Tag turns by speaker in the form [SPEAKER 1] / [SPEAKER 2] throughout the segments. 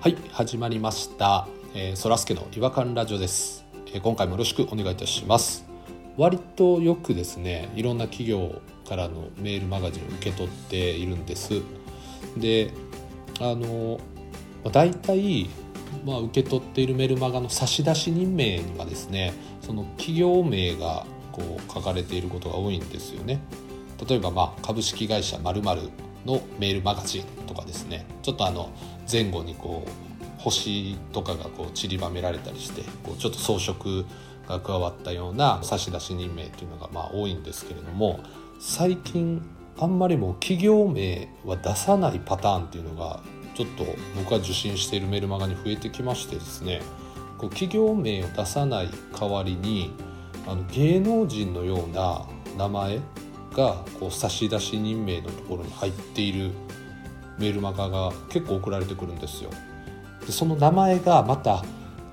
[SPEAKER 1] はい始まりました、えー、そらすけの違和感ラジオです、えー今回もよろしくお願いいたします割とよくですねいろんな企業からのメールマガジンを受け取っているんですであのまあ大体、まあ、受け取っているメルマガの差出人名にはですねその企業名がこう書かれていることが多いんですよね例えば、まあ、株式会社〇〇のメールマガジンとかですねちょっとあの前後にこう星とかがこう散りばめられたりしてこうちょっと装飾が加わったような差出人名というのがまあ多いんですけれども最近あんまりもう企業名は出さないパターンっていうのがちょっと僕が受信しているメルマガに増えてきましてですねこう企業名を出さない代わりにあの芸能人のような名前がこう差出人名のところに入っているメールマガが結構送られてくるんですよ。でその名前がまた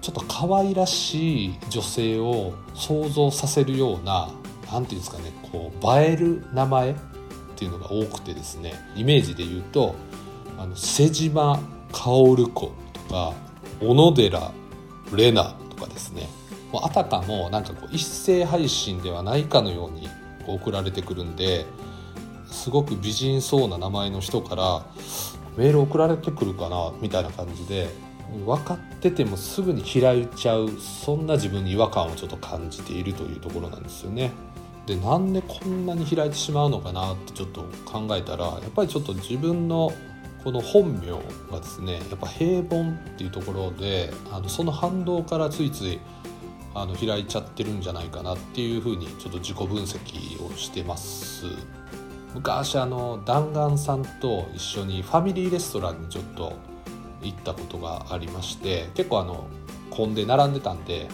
[SPEAKER 1] ちょっと可愛らしい女性を想像させるような何ていうんですかねこう映える名前っていうのが多くてですねイメージで言うとあの瀬島薫子とか小野寺玲奈とかですねもうあたかもなんかこう一斉配信ではないかのようにこう送られてくるんですごく美人そうな名前の人からメール送られてくるかなみたいな感じで分かっててもすぐに開いちゃうそんな自分に違和感をちょっと感じているというところなんですよね。でなんでこんなに開いてしまうのかなってちょっと考えたらやっぱりちょっと自分のこの本名がですねやっぱ平凡っていうところであのその反動からついついあの開いちゃってるんじゃないかなっていうふうにちょっと自己分析をしてます。昔あの弾丸さんと一緒にファミリーレストランにちょっと行ったことがありまして結構あの混んで並んでたんで、え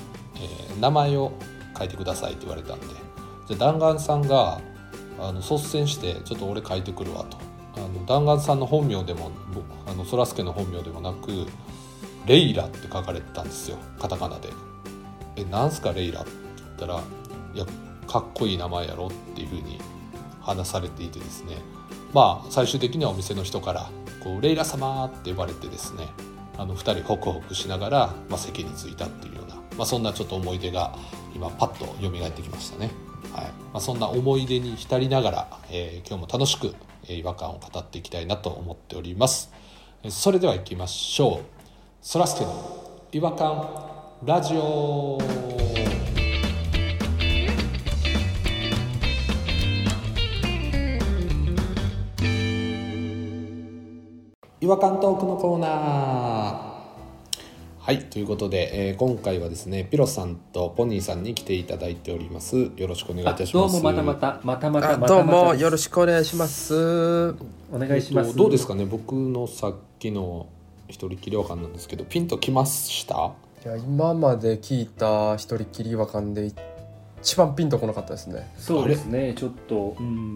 [SPEAKER 1] ー名前を書いてくださいって言われたんでじゃあ弾丸さんがあの率先して「ちょっと俺書いてくるわ」とあの弾丸さんの本名でもぼあのそらすけの本名でもなく「レイラ」って書かれてたんですよカタカナで。えなんすかレイラって言ったら「いやかっこいい名前やろ」っていうふうに話されていてですねまあ最終的にはお店の人からこう「レイラ様」って呼ばれてですねあの2人ホクホクしながら、まあ、席に着いたっていうような、まあ、そんなちょっと思い出が今パッと蘇ってきましたね、はいまあ、そんな思い出に浸りながら、えー今日も楽しくえー違和感を語っていきたいなと思っておりますえーそれでは行きましょうそらすけの違和感ラジオ違和感トークのコーナーはいということで、えー今回はですねピロさんとポニーさんに来ていただいておりますよろしくお願いい
[SPEAKER 2] あ
[SPEAKER 1] たし
[SPEAKER 2] ど
[SPEAKER 1] ま
[SPEAKER 2] う
[SPEAKER 1] す
[SPEAKER 2] もまたまたまたまた
[SPEAKER 3] あ
[SPEAKER 2] ま
[SPEAKER 3] ど
[SPEAKER 2] た
[SPEAKER 3] うも
[SPEAKER 2] また
[SPEAKER 3] よろしくお願いします。
[SPEAKER 2] お願いします、
[SPEAKER 1] えっとどうですかね僕のさっきの一人きりわかんなんですけどピンときました
[SPEAKER 3] いや今まで聞いた一人きり違和感で一番ピンとこなかったですね。
[SPEAKER 2] そうですねちょっとうん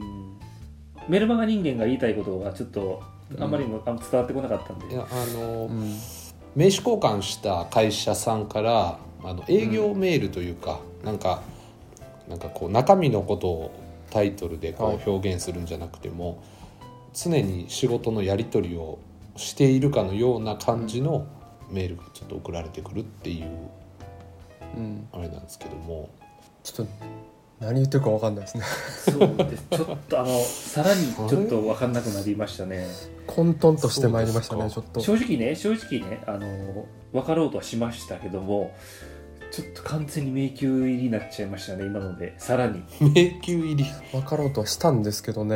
[SPEAKER 2] メルマガ人間が言いたいことがちょっとあんまりもあの伝わってこなかったんで、
[SPEAKER 1] いやあの、
[SPEAKER 3] うん。
[SPEAKER 1] 名刺交換した会社さんからあの営業メールというか、なんかなんかこう中身のことをタイトルでこう表現するんじゃなくても、常に仕事のやり取りをしているかのような感じのメールがちょっと送られてくるっていう
[SPEAKER 3] うん。
[SPEAKER 1] あれなんですけども
[SPEAKER 3] ちょっと何言ってるかわかんないですね。
[SPEAKER 2] そ うですちょっとあのさらにちょっと分かんなくなりましたね
[SPEAKER 3] 混沌としてまいりましたねち
[SPEAKER 1] そ
[SPEAKER 3] ょっと。
[SPEAKER 2] 正直ね正直ねあの分かろうとはしましたけどもちょっと完全に迷宮入りになっちゃいましたね今のでさらに
[SPEAKER 1] 迷宮入り、
[SPEAKER 3] 分かろうとはしたんですけどね。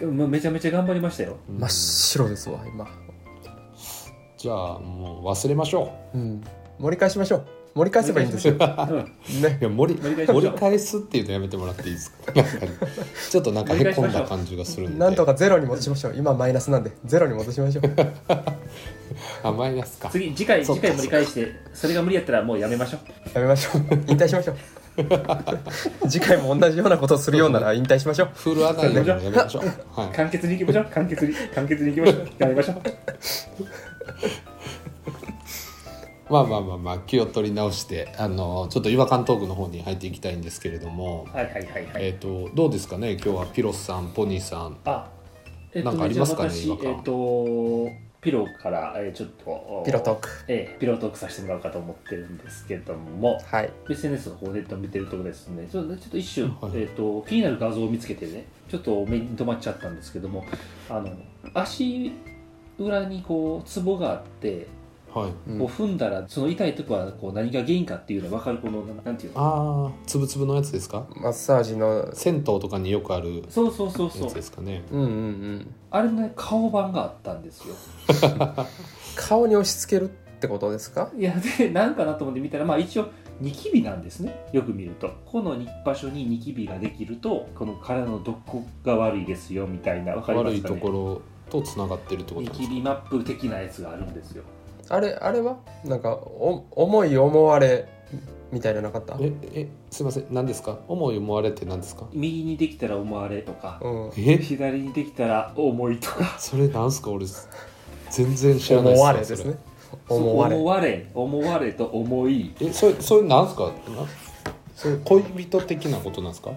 [SPEAKER 2] がめちゃめちゃ頑張りましたよ
[SPEAKER 3] 真っ白ですわ今。
[SPEAKER 1] じゃあもう忘れましょう
[SPEAKER 3] うん。盛り返しましょう。盛り返せばいいんですよ。
[SPEAKER 2] うん
[SPEAKER 3] ね
[SPEAKER 1] い。や盛り
[SPEAKER 2] 盛り返しましょう
[SPEAKER 1] 盛り返すっていうのやめてもらっていいですか なんかちょっとなんかへこんだ感じがするんで
[SPEAKER 3] なんとかゼロに戻しましょう。今マイナスなんでゼロに戻し ましょう。
[SPEAKER 1] あマイナスか
[SPEAKER 2] 次次回
[SPEAKER 1] そう
[SPEAKER 2] 次
[SPEAKER 1] か
[SPEAKER 2] 回盛り返してそれが無理やったらもうやめましょう
[SPEAKER 3] やめましょう。引退しましょ う。次回も同じようなことをするようなら引退しましょう。
[SPEAKER 1] 振るわないようにやめましょうはい
[SPEAKER 2] 簡潔に行きましょう簡潔に簡潔に行きましょうやめましょう
[SPEAKER 1] まあまあまあまあ気を取り直してあのちょっと違和感トークの方に入っていきたいんですけれども、
[SPEAKER 2] はいはいはいはい、
[SPEAKER 1] えっ、とどうですかね今日はピロスさんポニーさん
[SPEAKER 2] あえっ
[SPEAKER 1] なんかあり
[SPEAKER 2] じゃ
[SPEAKER 1] ますかね
[SPEAKER 2] 私
[SPEAKER 1] 違和感
[SPEAKER 2] えっとピロから、えーちょっと
[SPEAKER 3] ピロトーク
[SPEAKER 2] えーピロトークさせてもらおうかと思ってるんですけども
[SPEAKER 3] はい、
[SPEAKER 2] SNS の方ネット見てるところですねちょっとちょっと一瞬、
[SPEAKER 1] はい
[SPEAKER 2] えー、と気になる画像を見つけてねちょっと目に留まっちゃったんですけどもあの足裏にこうツボがあって
[SPEAKER 1] はい
[SPEAKER 3] うん
[SPEAKER 2] こう踏んだらその痛いとこはこう何が原因かっていうのが分かるこのなんていうの
[SPEAKER 1] ああつぶつぶのやつですか
[SPEAKER 3] マッサージの
[SPEAKER 1] 銭湯とかによくある
[SPEAKER 2] そうそうそうそ
[SPEAKER 1] や
[SPEAKER 2] う
[SPEAKER 1] つですかね
[SPEAKER 3] うんうんうん
[SPEAKER 2] あれのね顔版があったんですよ
[SPEAKER 3] 顔に押し付けるってことですか
[SPEAKER 2] いやでなんかなと思って見たらまあ一応ニキビなんですねよく見るとこのに場所にニキビができるとこの体のどこが悪いですよみたいな分かりま
[SPEAKER 1] 悪
[SPEAKER 2] す
[SPEAKER 1] い
[SPEAKER 2] かね
[SPEAKER 1] ところとつながってるってこと
[SPEAKER 2] ニ
[SPEAKER 1] なんで
[SPEAKER 2] キ
[SPEAKER 1] すか
[SPEAKER 2] ビマップ的なやつがあるんですよ
[SPEAKER 3] あれあれはなんかお思い思われみたいなのなかった
[SPEAKER 1] ええすいません何ですか思い思われって何ですか
[SPEAKER 2] 右にできたら思われとか
[SPEAKER 3] うん
[SPEAKER 1] え
[SPEAKER 2] 左にできたら思いとか
[SPEAKER 1] それなんすか俺全然知らない
[SPEAKER 3] 思
[SPEAKER 1] っ
[SPEAKER 3] わ
[SPEAKER 1] わ
[SPEAKER 3] れですね思
[SPEAKER 2] そ
[SPEAKER 3] わ
[SPEAKER 2] う
[SPEAKER 3] れ
[SPEAKER 2] 思われ思われと思い
[SPEAKER 1] それえそれそれなんすかなそれ恋人的なことなんですか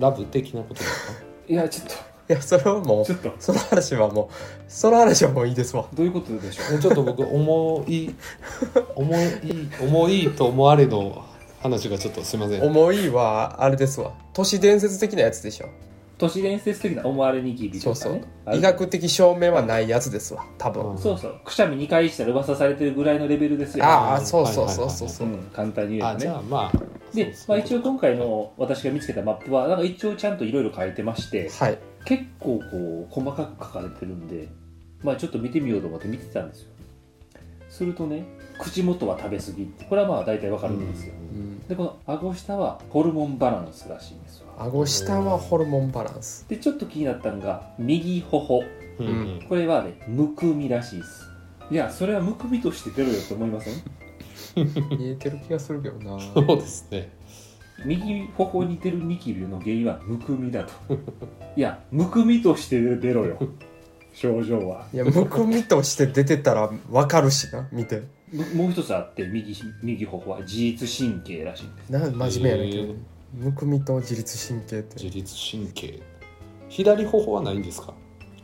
[SPEAKER 1] ラブ的なことですか
[SPEAKER 2] いやちょっと
[SPEAKER 3] いやそれはも
[SPEAKER 2] ちょ
[SPEAKER 3] う
[SPEAKER 2] っと
[SPEAKER 3] その話はもうその話はもういいですわ
[SPEAKER 2] どういうことでしょう
[SPEAKER 1] えちょっと僕思い 思い思いと思われの話がちょっとすいません
[SPEAKER 3] 思いはあれですわ都市伝説的なやつでしょ
[SPEAKER 2] 都市伝説的な思われニキビ
[SPEAKER 3] そ
[SPEAKER 2] と
[SPEAKER 3] う
[SPEAKER 2] か
[SPEAKER 3] そう
[SPEAKER 2] ね
[SPEAKER 3] 医学的証明はないやつですわ多分、
[SPEAKER 1] うん
[SPEAKER 2] そうそうくしゃみ2回したら噂されてるぐらいのレベルですよ
[SPEAKER 3] ああそうそうそうそう
[SPEAKER 2] う、
[SPEAKER 3] そうん
[SPEAKER 2] 簡単に言え
[SPEAKER 1] あ
[SPEAKER 2] ば
[SPEAKER 1] じ
[SPEAKER 2] ね
[SPEAKER 1] ゃあまあ
[SPEAKER 2] で、
[SPEAKER 1] そう
[SPEAKER 2] まあ、
[SPEAKER 1] そう
[SPEAKER 2] 一応今回の私が見つけたマップはなんか一応ちゃんといろいろ書いてまして
[SPEAKER 3] はい
[SPEAKER 2] 結構こう細かく書かれてるんで、まあ、ちょっと見てみようと思って見てたんですよするとね口元は食べ過ぎってこれはまあ大体わかるんですよ、
[SPEAKER 3] うん
[SPEAKER 2] でこの顎下はホルモンバランスらしいんですよ
[SPEAKER 3] 顎下はホルモンバランス
[SPEAKER 2] でちょっと気になったのが右頬
[SPEAKER 1] うんうんうん
[SPEAKER 2] これはねむくみらしいですいやそれはむくみとして出るよと思いません
[SPEAKER 3] 見えてる気がするけど な
[SPEAKER 1] そうですね
[SPEAKER 2] 右頬に出るニキビの原因はむくみだと いやむくみとして出 ろよ症状はい
[SPEAKER 3] やむくみとして出てたらわかるしな見て
[SPEAKER 2] むもう一つあって右右頬は自律神経らしいんです
[SPEAKER 3] な真面目やねんけど、
[SPEAKER 1] へえ
[SPEAKER 3] むくみと自律神経って
[SPEAKER 1] 自律神経左頬はないんですか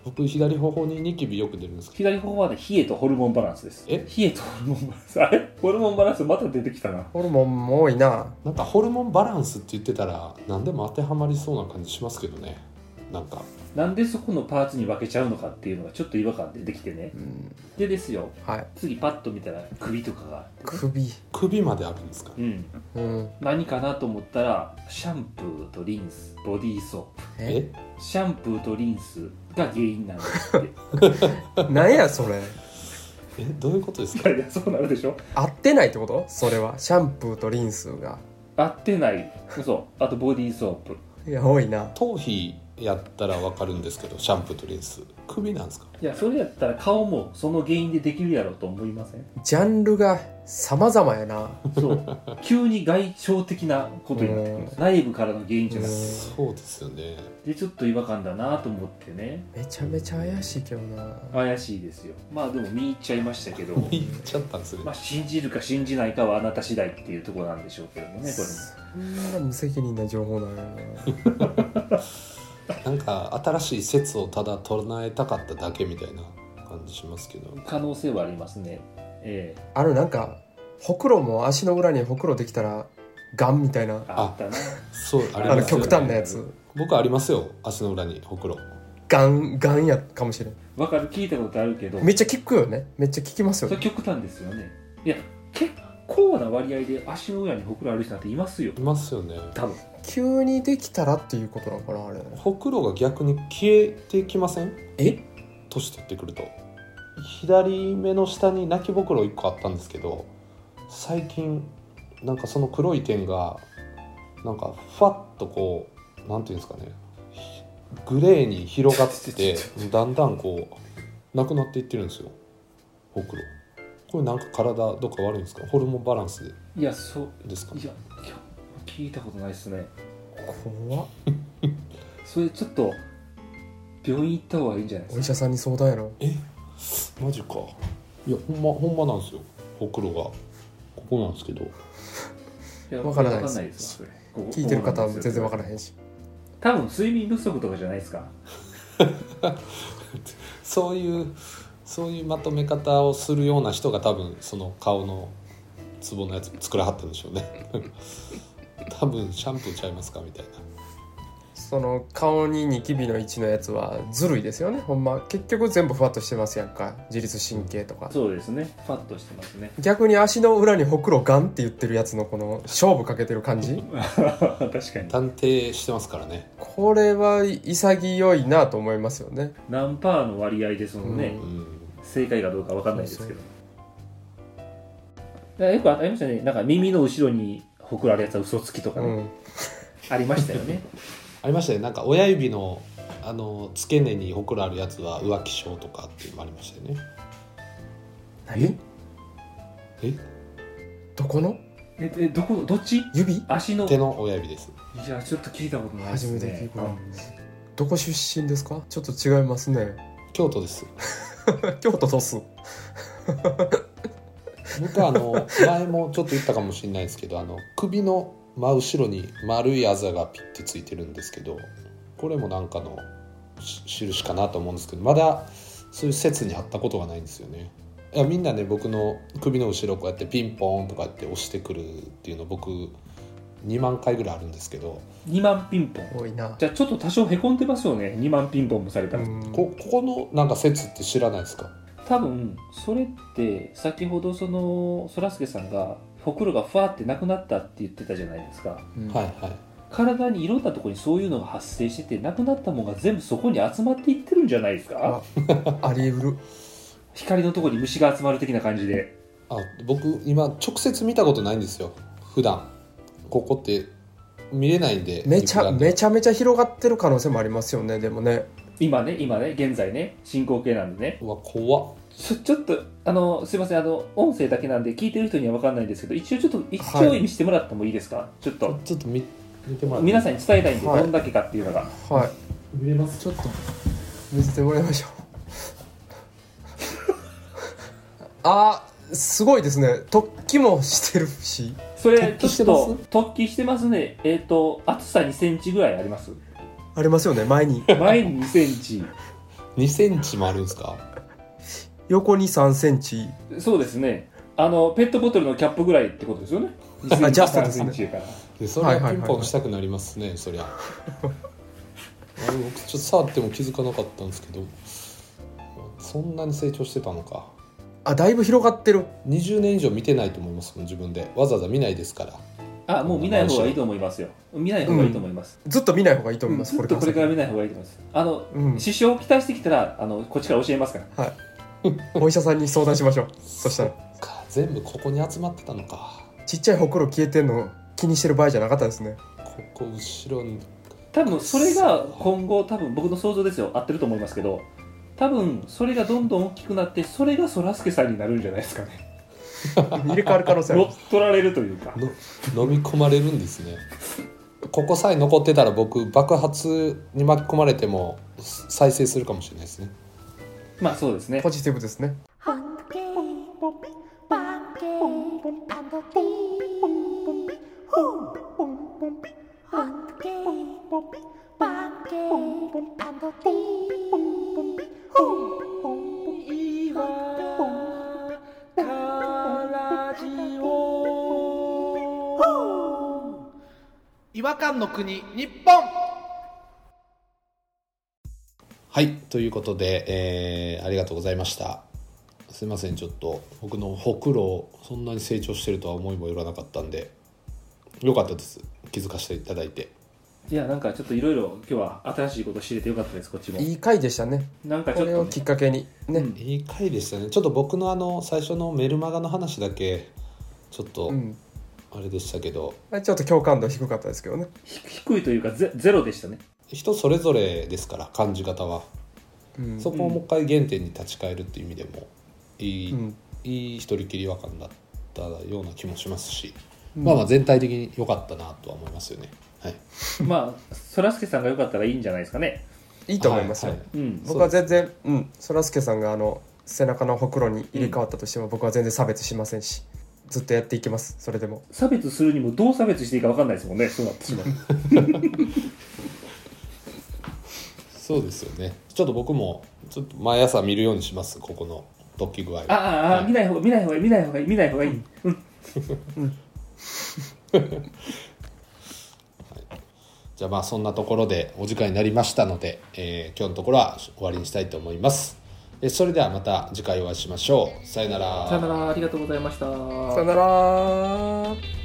[SPEAKER 1] 僕左頬にニキビよく出るんですけ
[SPEAKER 2] 左頬はね冷えとホルモンバランスです
[SPEAKER 1] え
[SPEAKER 2] 冷えとホルモンバランス あれホルモンバランスまた出てきたな
[SPEAKER 3] ホルモンも多いな
[SPEAKER 1] どなんかホルモンバランスって言ってたら何でも当てはまりそうな感じしますけどねなんか
[SPEAKER 2] なんでそこのパーツに分けちゃうのかっていうのがちょっと違和感出てきてね
[SPEAKER 3] うん
[SPEAKER 2] でですよ
[SPEAKER 3] はい
[SPEAKER 2] 次パッと見たら首とかがあってね
[SPEAKER 3] 首
[SPEAKER 1] 首まであるんですか
[SPEAKER 2] うん
[SPEAKER 3] うん
[SPEAKER 2] 何かなと思ったらシャンプーとリンスボディーソープ
[SPEAKER 1] え
[SPEAKER 2] シャンプーとリンスが原因なんです って
[SPEAKER 3] なんやそれ
[SPEAKER 1] えどういうことです
[SPEAKER 2] い
[SPEAKER 1] か
[SPEAKER 2] やいやそうなるでしょ
[SPEAKER 3] 合ってないってことそれはシャンプーとリンスが
[SPEAKER 2] 合ってないそうあとボディーソープ
[SPEAKER 3] いや多いな
[SPEAKER 1] 頭皮やったらわかるんですけどシャンプーとリンス首なんですか
[SPEAKER 2] いやそれやったら顔もその原因でできるやろうと思いません
[SPEAKER 3] ジャンルが様々やな
[SPEAKER 2] そう急に外傷的なことになってくるんです内部からの原因じゃなくて
[SPEAKER 3] うん
[SPEAKER 1] そうですよね
[SPEAKER 2] でちょっと違和感だなと思ってね
[SPEAKER 3] めちゃめちゃ怪しいけどな
[SPEAKER 2] 怪しいですよまあでも見入っちゃいましたけど
[SPEAKER 1] 言っちゃったんですね
[SPEAKER 2] まあ信じるか信じないかはあなた次第っていうところなんでしょうけどもねこれも
[SPEAKER 3] そんな無責任な情報なんや な
[SPEAKER 1] なんか新しい説をただ唱えたかっただけみたいな感じしますけど
[SPEAKER 2] 可能性はありますねええ
[SPEAKER 3] あのなんかほくろも足の裏にほくろできたらガンみたいな
[SPEAKER 2] あったな
[SPEAKER 1] そうあり
[SPEAKER 3] あ
[SPEAKER 1] ま
[SPEAKER 3] の
[SPEAKER 1] すよ
[SPEAKER 3] 極端なやつ
[SPEAKER 1] 僕ありますよ足の裏にほくろ
[SPEAKER 3] ガンガンやかもしれん
[SPEAKER 2] わかる聞いたことあるけど
[SPEAKER 3] めっちゃ効くよねめっちゃ効きますよ
[SPEAKER 2] それ
[SPEAKER 3] ね
[SPEAKER 2] 極端ですよねいや結構な割合で足の裏にほくろある人なんていますよ
[SPEAKER 1] いますよね
[SPEAKER 2] 多分
[SPEAKER 3] 急にできたらっていうことなのかなあれ
[SPEAKER 1] ほくろが逆に消えてきません
[SPEAKER 3] え
[SPEAKER 1] 年取ってくると左目の下に泣きぼくろ1個あったんですけど最近なんかその黒い点がなんかふわっとこうなんていうんですかねひグレーに広がっててだんだんこうなくなっていってるんですよほくろこれなんか体どっか悪いんですかホルモンバランス
[SPEAKER 2] いやそう
[SPEAKER 1] ですか
[SPEAKER 2] いやいや聞いたことないですね
[SPEAKER 3] 怖っ
[SPEAKER 2] それちょっと病院行った方がいいんじゃない
[SPEAKER 3] お
[SPEAKER 2] で
[SPEAKER 3] 医
[SPEAKER 2] す
[SPEAKER 3] 者さんに相談やろ
[SPEAKER 1] えマジかいやほんまほんまなんですよほくろがここなんですけど
[SPEAKER 2] かや
[SPEAKER 3] わからない
[SPEAKER 2] わ
[SPEAKER 3] です
[SPEAKER 2] かんないですここ
[SPEAKER 3] 聞いてる方は全然わ
[SPEAKER 2] わ
[SPEAKER 3] から
[SPEAKER 2] ない
[SPEAKER 3] へんし
[SPEAKER 2] 多分睡眠不足とかじゃないですか
[SPEAKER 1] そういうそういうまとめ方をするような人が多分その顔のツボのやつ作らはったんでしょうね 多分シャンプーちゃいますかみたいな
[SPEAKER 3] その顔にニキビの位置のやつはずるいですよねほんま結局全部ふわっとしてますやんか自律神経とか
[SPEAKER 2] そうですねファッとしてます ね
[SPEAKER 3] 逆に足の裏にほくろガンって言ってるやつのこの勝負かけてる感じ
[SPEAKER 2] 確かに
[SPEAKER 1] 探偵してますからね
[SPEAKER 3] これは潔いなと思いますよね
[SPEAKER 2] 何パーの割合でそのね
[SPEAKER 1] う、ん
[SPEAKER 2] 正解かどうかわかんないですけどだからよくありましたねなんか耳の後ろにほくらあるやつは嘘つきとか
[SPEAKER 3] う
[SPEAKER 2] ね、
[SPEAKER 3] ん
[SPEAKER 2] ありましたよね
[SPEAKER 1] ありましたねなんか親指のあの付け根にほくろあるやつは浮気症とかっていうのもありましたよね
[SPEAKER 3] 何
[SPEAKER 1] え
[SPEAKER 3] どこの
[SPEAKER 2] ええどこどっち
[SPEAKER 3] 指
[SPEAKER 2] 足のい
[SPEAKER 1] 手の親指です
[SPEAKER 2] やちょっと聞いたことないですね
[SPEAKER 3] 初めて聞いた
[SPEAKER 2] うん
[SPEAKER 3] どこ出身ですかちょっと違いますね
[SPEAKER 1] 京都です
[SPEAKER 3] 京都とす
[SPEAKER 1] 僕はあの前もちょっと言ったかもしれないですけどあの首の真後ろに丸いあざがピッてついてるんですけどこれもなんかのし印かなと思うんですけどまだそういう説にあったことがないんですよね。いやみんなね僕の首の後ろこうやってピンポーンとかやって押してくるっていうの僕2万回ぐらいあるんですけど
[SPEAKER 2] 2万ピンポン
[SPEAKER 3] 多いな
[SPEAKER 2] じゃあちょっと多少へこんでますよね2万ピンポンもされた
[SPEAKER 3] う
[SPEAKER 2] ら、
[SPEAKER 3] ん
[SPEAKER 1] こここのなんか説って知らないですか
[SPEAKER 2] 多分それって先ほどそのそらすけさんがほくろがふわってなくなったって言ってたじゃないですか
[SPEAKER 3] うん
[SPEAKER 1] はいはい
[SPEAKER 2] 体にいろんなところにそういうのが発生しててなくなったものが全部そこに集まっていってるんじゃないですか
[SPEAKER 3] ああり得る
[SPEAKER 2] 光のところに虫が集まる的な感じで
[SPEAKER 1] あ僕今直接見たことないんですよ普段ここって見れないんで
[SPEAKER 3] めちゃ
[SPEAKER 1] 肉眼で
[SPEAKER 3] めちゃめちゃ広がってる可能性もありますよねでもね
[SPEAKER 2] 今ね今ね現在ね進行形なんでね
[SPEAKER 1] うわ怖っ
[SPEAKER 2] ちょちょっとあのすいませんあの音声だけなんで聞いてる人には分かんないんですけど一応ちょっと一
[SPEAKER 3] は
[SPEAKER 2] 応
[SPEAKER 3] い
[SPEAKER 2] 意味してもらってもいいですか、ちょっと
[SPEAKER 1] ちょっと見見てもらって
[SPEAKER 2] 皆さんに伝えたいんで、
[SPEAKER 3] はい
[SPEAKER 2] どんだけかっていうのが
[SPEAKER 3] はい
[SPEAKER 1] 見れます
[SPEAKER 3] ちょっと見せてもらいましょ うあすごいですね突起もしてるし
[SPEAKER 2] それ
[SPEAKER 1] 突起し
[SPEAKER 2] ちょ
[SPEAKER 1] て
[SPEAKER 2] っ
[SPEAKER 1] ます
[SPEAKER 2] と突起してますねえっ、と厚さ2センチぐらいあります
[SPEAKER 3] ありますよね前に
[SPEAKER 2] 前に2センチ
[SPEAKER 1] 2センチもあるんですか
[SPEAKER 3] 横に3センチ
[SPEAKER 2] そうですねあのペットボトルのキャップぐらいってことですよね
[SPEAKER 3] あジャストですね
[SPEAKER 2] 2センチだから
[SPEAKER 1] でそれ
[SPEAKER 3] はい
[SPEAKER 1] は
[SPEAKER 3] はい
[SPEAKER 1] ピ
[SPEAKER 3] は
[SPEAKER 1] ン
[SPEAKER 3] いはい
[SPEAKER 1] ポンしたくなりますね、そ りゃあれ僕ちょっと触っても気づかなかったんですけどそんなに成長してたのか
[SPEAKER 3] あだいぶ広がってる
[SPEAKER 1] 20年以上見てないと思いますもん自分でわざわざ見ないですから
[SPEAKER 2] あもう見ない方がいいと思いますよ見ない方がいいと思います、
[SPEAKER 3] ずっと見ない方がいいと
[SPEAKER 2] う
[SPEAKER 3] 思い
[SPEAKER 2] ん
[SPEAKER 3] ます、
[SPEAKER 2] ずっとこれから見ない方がいいと思いますあの、
[SPEAKER 3] うん
[SPEAKER 2] 支障を期待してきたらあのこっちから教えますから
[SPEAKER 3] はいお医者さんに相談しましょうそしたら
[SPEAKER 1] か全部ここに集まってたのか
[SPEAKER 3] ちっちゃいほくろ消えてんの気にしてる場合じゃなかったですね
[SPEAKER 1] ここ後ろに
[SPEAKER 2] 多分それが今後多分僕の想像ですよ合ってると思いますけど多分それがどんどん大きくなってそれがそらすけさんになるんじゃないですかね
[SPEAKER 3] 入れ替わる可能性あ
[SPEAKER 2] 乗
[SPEAKER 3] る
[SPEAKER 2] っ取られるというか
[SPEAKER 1] の飲み込まれるんですねここさえ残ってたら僕爆発に巻き込まれても再生するかもしれないですね
[SPEAKER 2] まあそうですね
[SPEAKER 3] ポジティブですね
[SPEAKER 4] Hunky,
[SPEAKER 5] 違和感の国日本
[SPEAKER 1] はいということで、えーありがとうございましたすいませんちょっと僕のほくろそんなに成長してるとは思いもよらなかったんでよかったです気づかせていただいて
[SPEAKER 2] いやなんかちょっといろいろ今日は新しいこと知れてよかったですこっちも
[SPEAKER 3] いい回でしたね
[SPEAKER 2] なんかち
[SPEAKER 3] こ
[SPEAKER 2] ょっ
[SPEAKER 3] れ
[SPEAKER 2] と
[SPEAKER 3] を
[SPEAKER 2] ね
[SPEAKER 3] きっかけにね、
[SPEAKER 2] うん
[SPEAKER 1] いい回でしたねちょっと僕のあの最初のメルマガの話だけちょっと
[SPEAKER 3] うん
[SPEAKER 1] あれでしたけど、
[SPEAKER 3] あれちょっと共感度低かったですけどね、
[SPEAKER 2] ひ低いというかゼゼロでしたね
[SPEAKER 1] 人それぞれですから感じ方は
[SPEAKER 3] うん
[SPEAKER 1] そこをもう一回原点に立ち返るっていう意味でもいい,、
[SPEAKER 3] うん
[SPEAKER 1] いい一人きり違和感だったような気もしますし、
[SPEAKER 3] うん
[SPEAKER 1] まあまあ全体的に良かったなとは思いますよね。はい、
[SPEAKER 2] まあそらすけさんがよかったらいいんじゃないですかね
[SPEAKER 3] いいと思いますよ、
[SPEAKER 1] はは
[SPEAKER 2] うん
[SPEAKER 3] 僕は全然うんそらすけさんがあの背中のほくろに入れ替わったとしても、僕は全然差別しませんしずっとやっていきますそれでも
[SPEAKER 2] 差別するにもどう差別していいか分かんないですもんねそうなってしまう
[SPEAKER 1] そうですよねちょっと僕もちょっと毎朝見るようにしますここの突起具合
[SPEAKER 2] ああ
[SPEAKER 1] は
[SPEAKER 2] あ、
[SPEAKER 1] い
[SPEAKER 2] 見ない方が見ない方がいい見ない方がいい見ない方がいい、
[SPEAKER 1] じゃあまあそんなところでお時間になりましたので、えー今日のところは終わりにしたいと思いますえそれではまた次回お会いしましょうさよなら
[SPEAKER 2] さよならありがとうございました
[SPEAKER 3] さよなら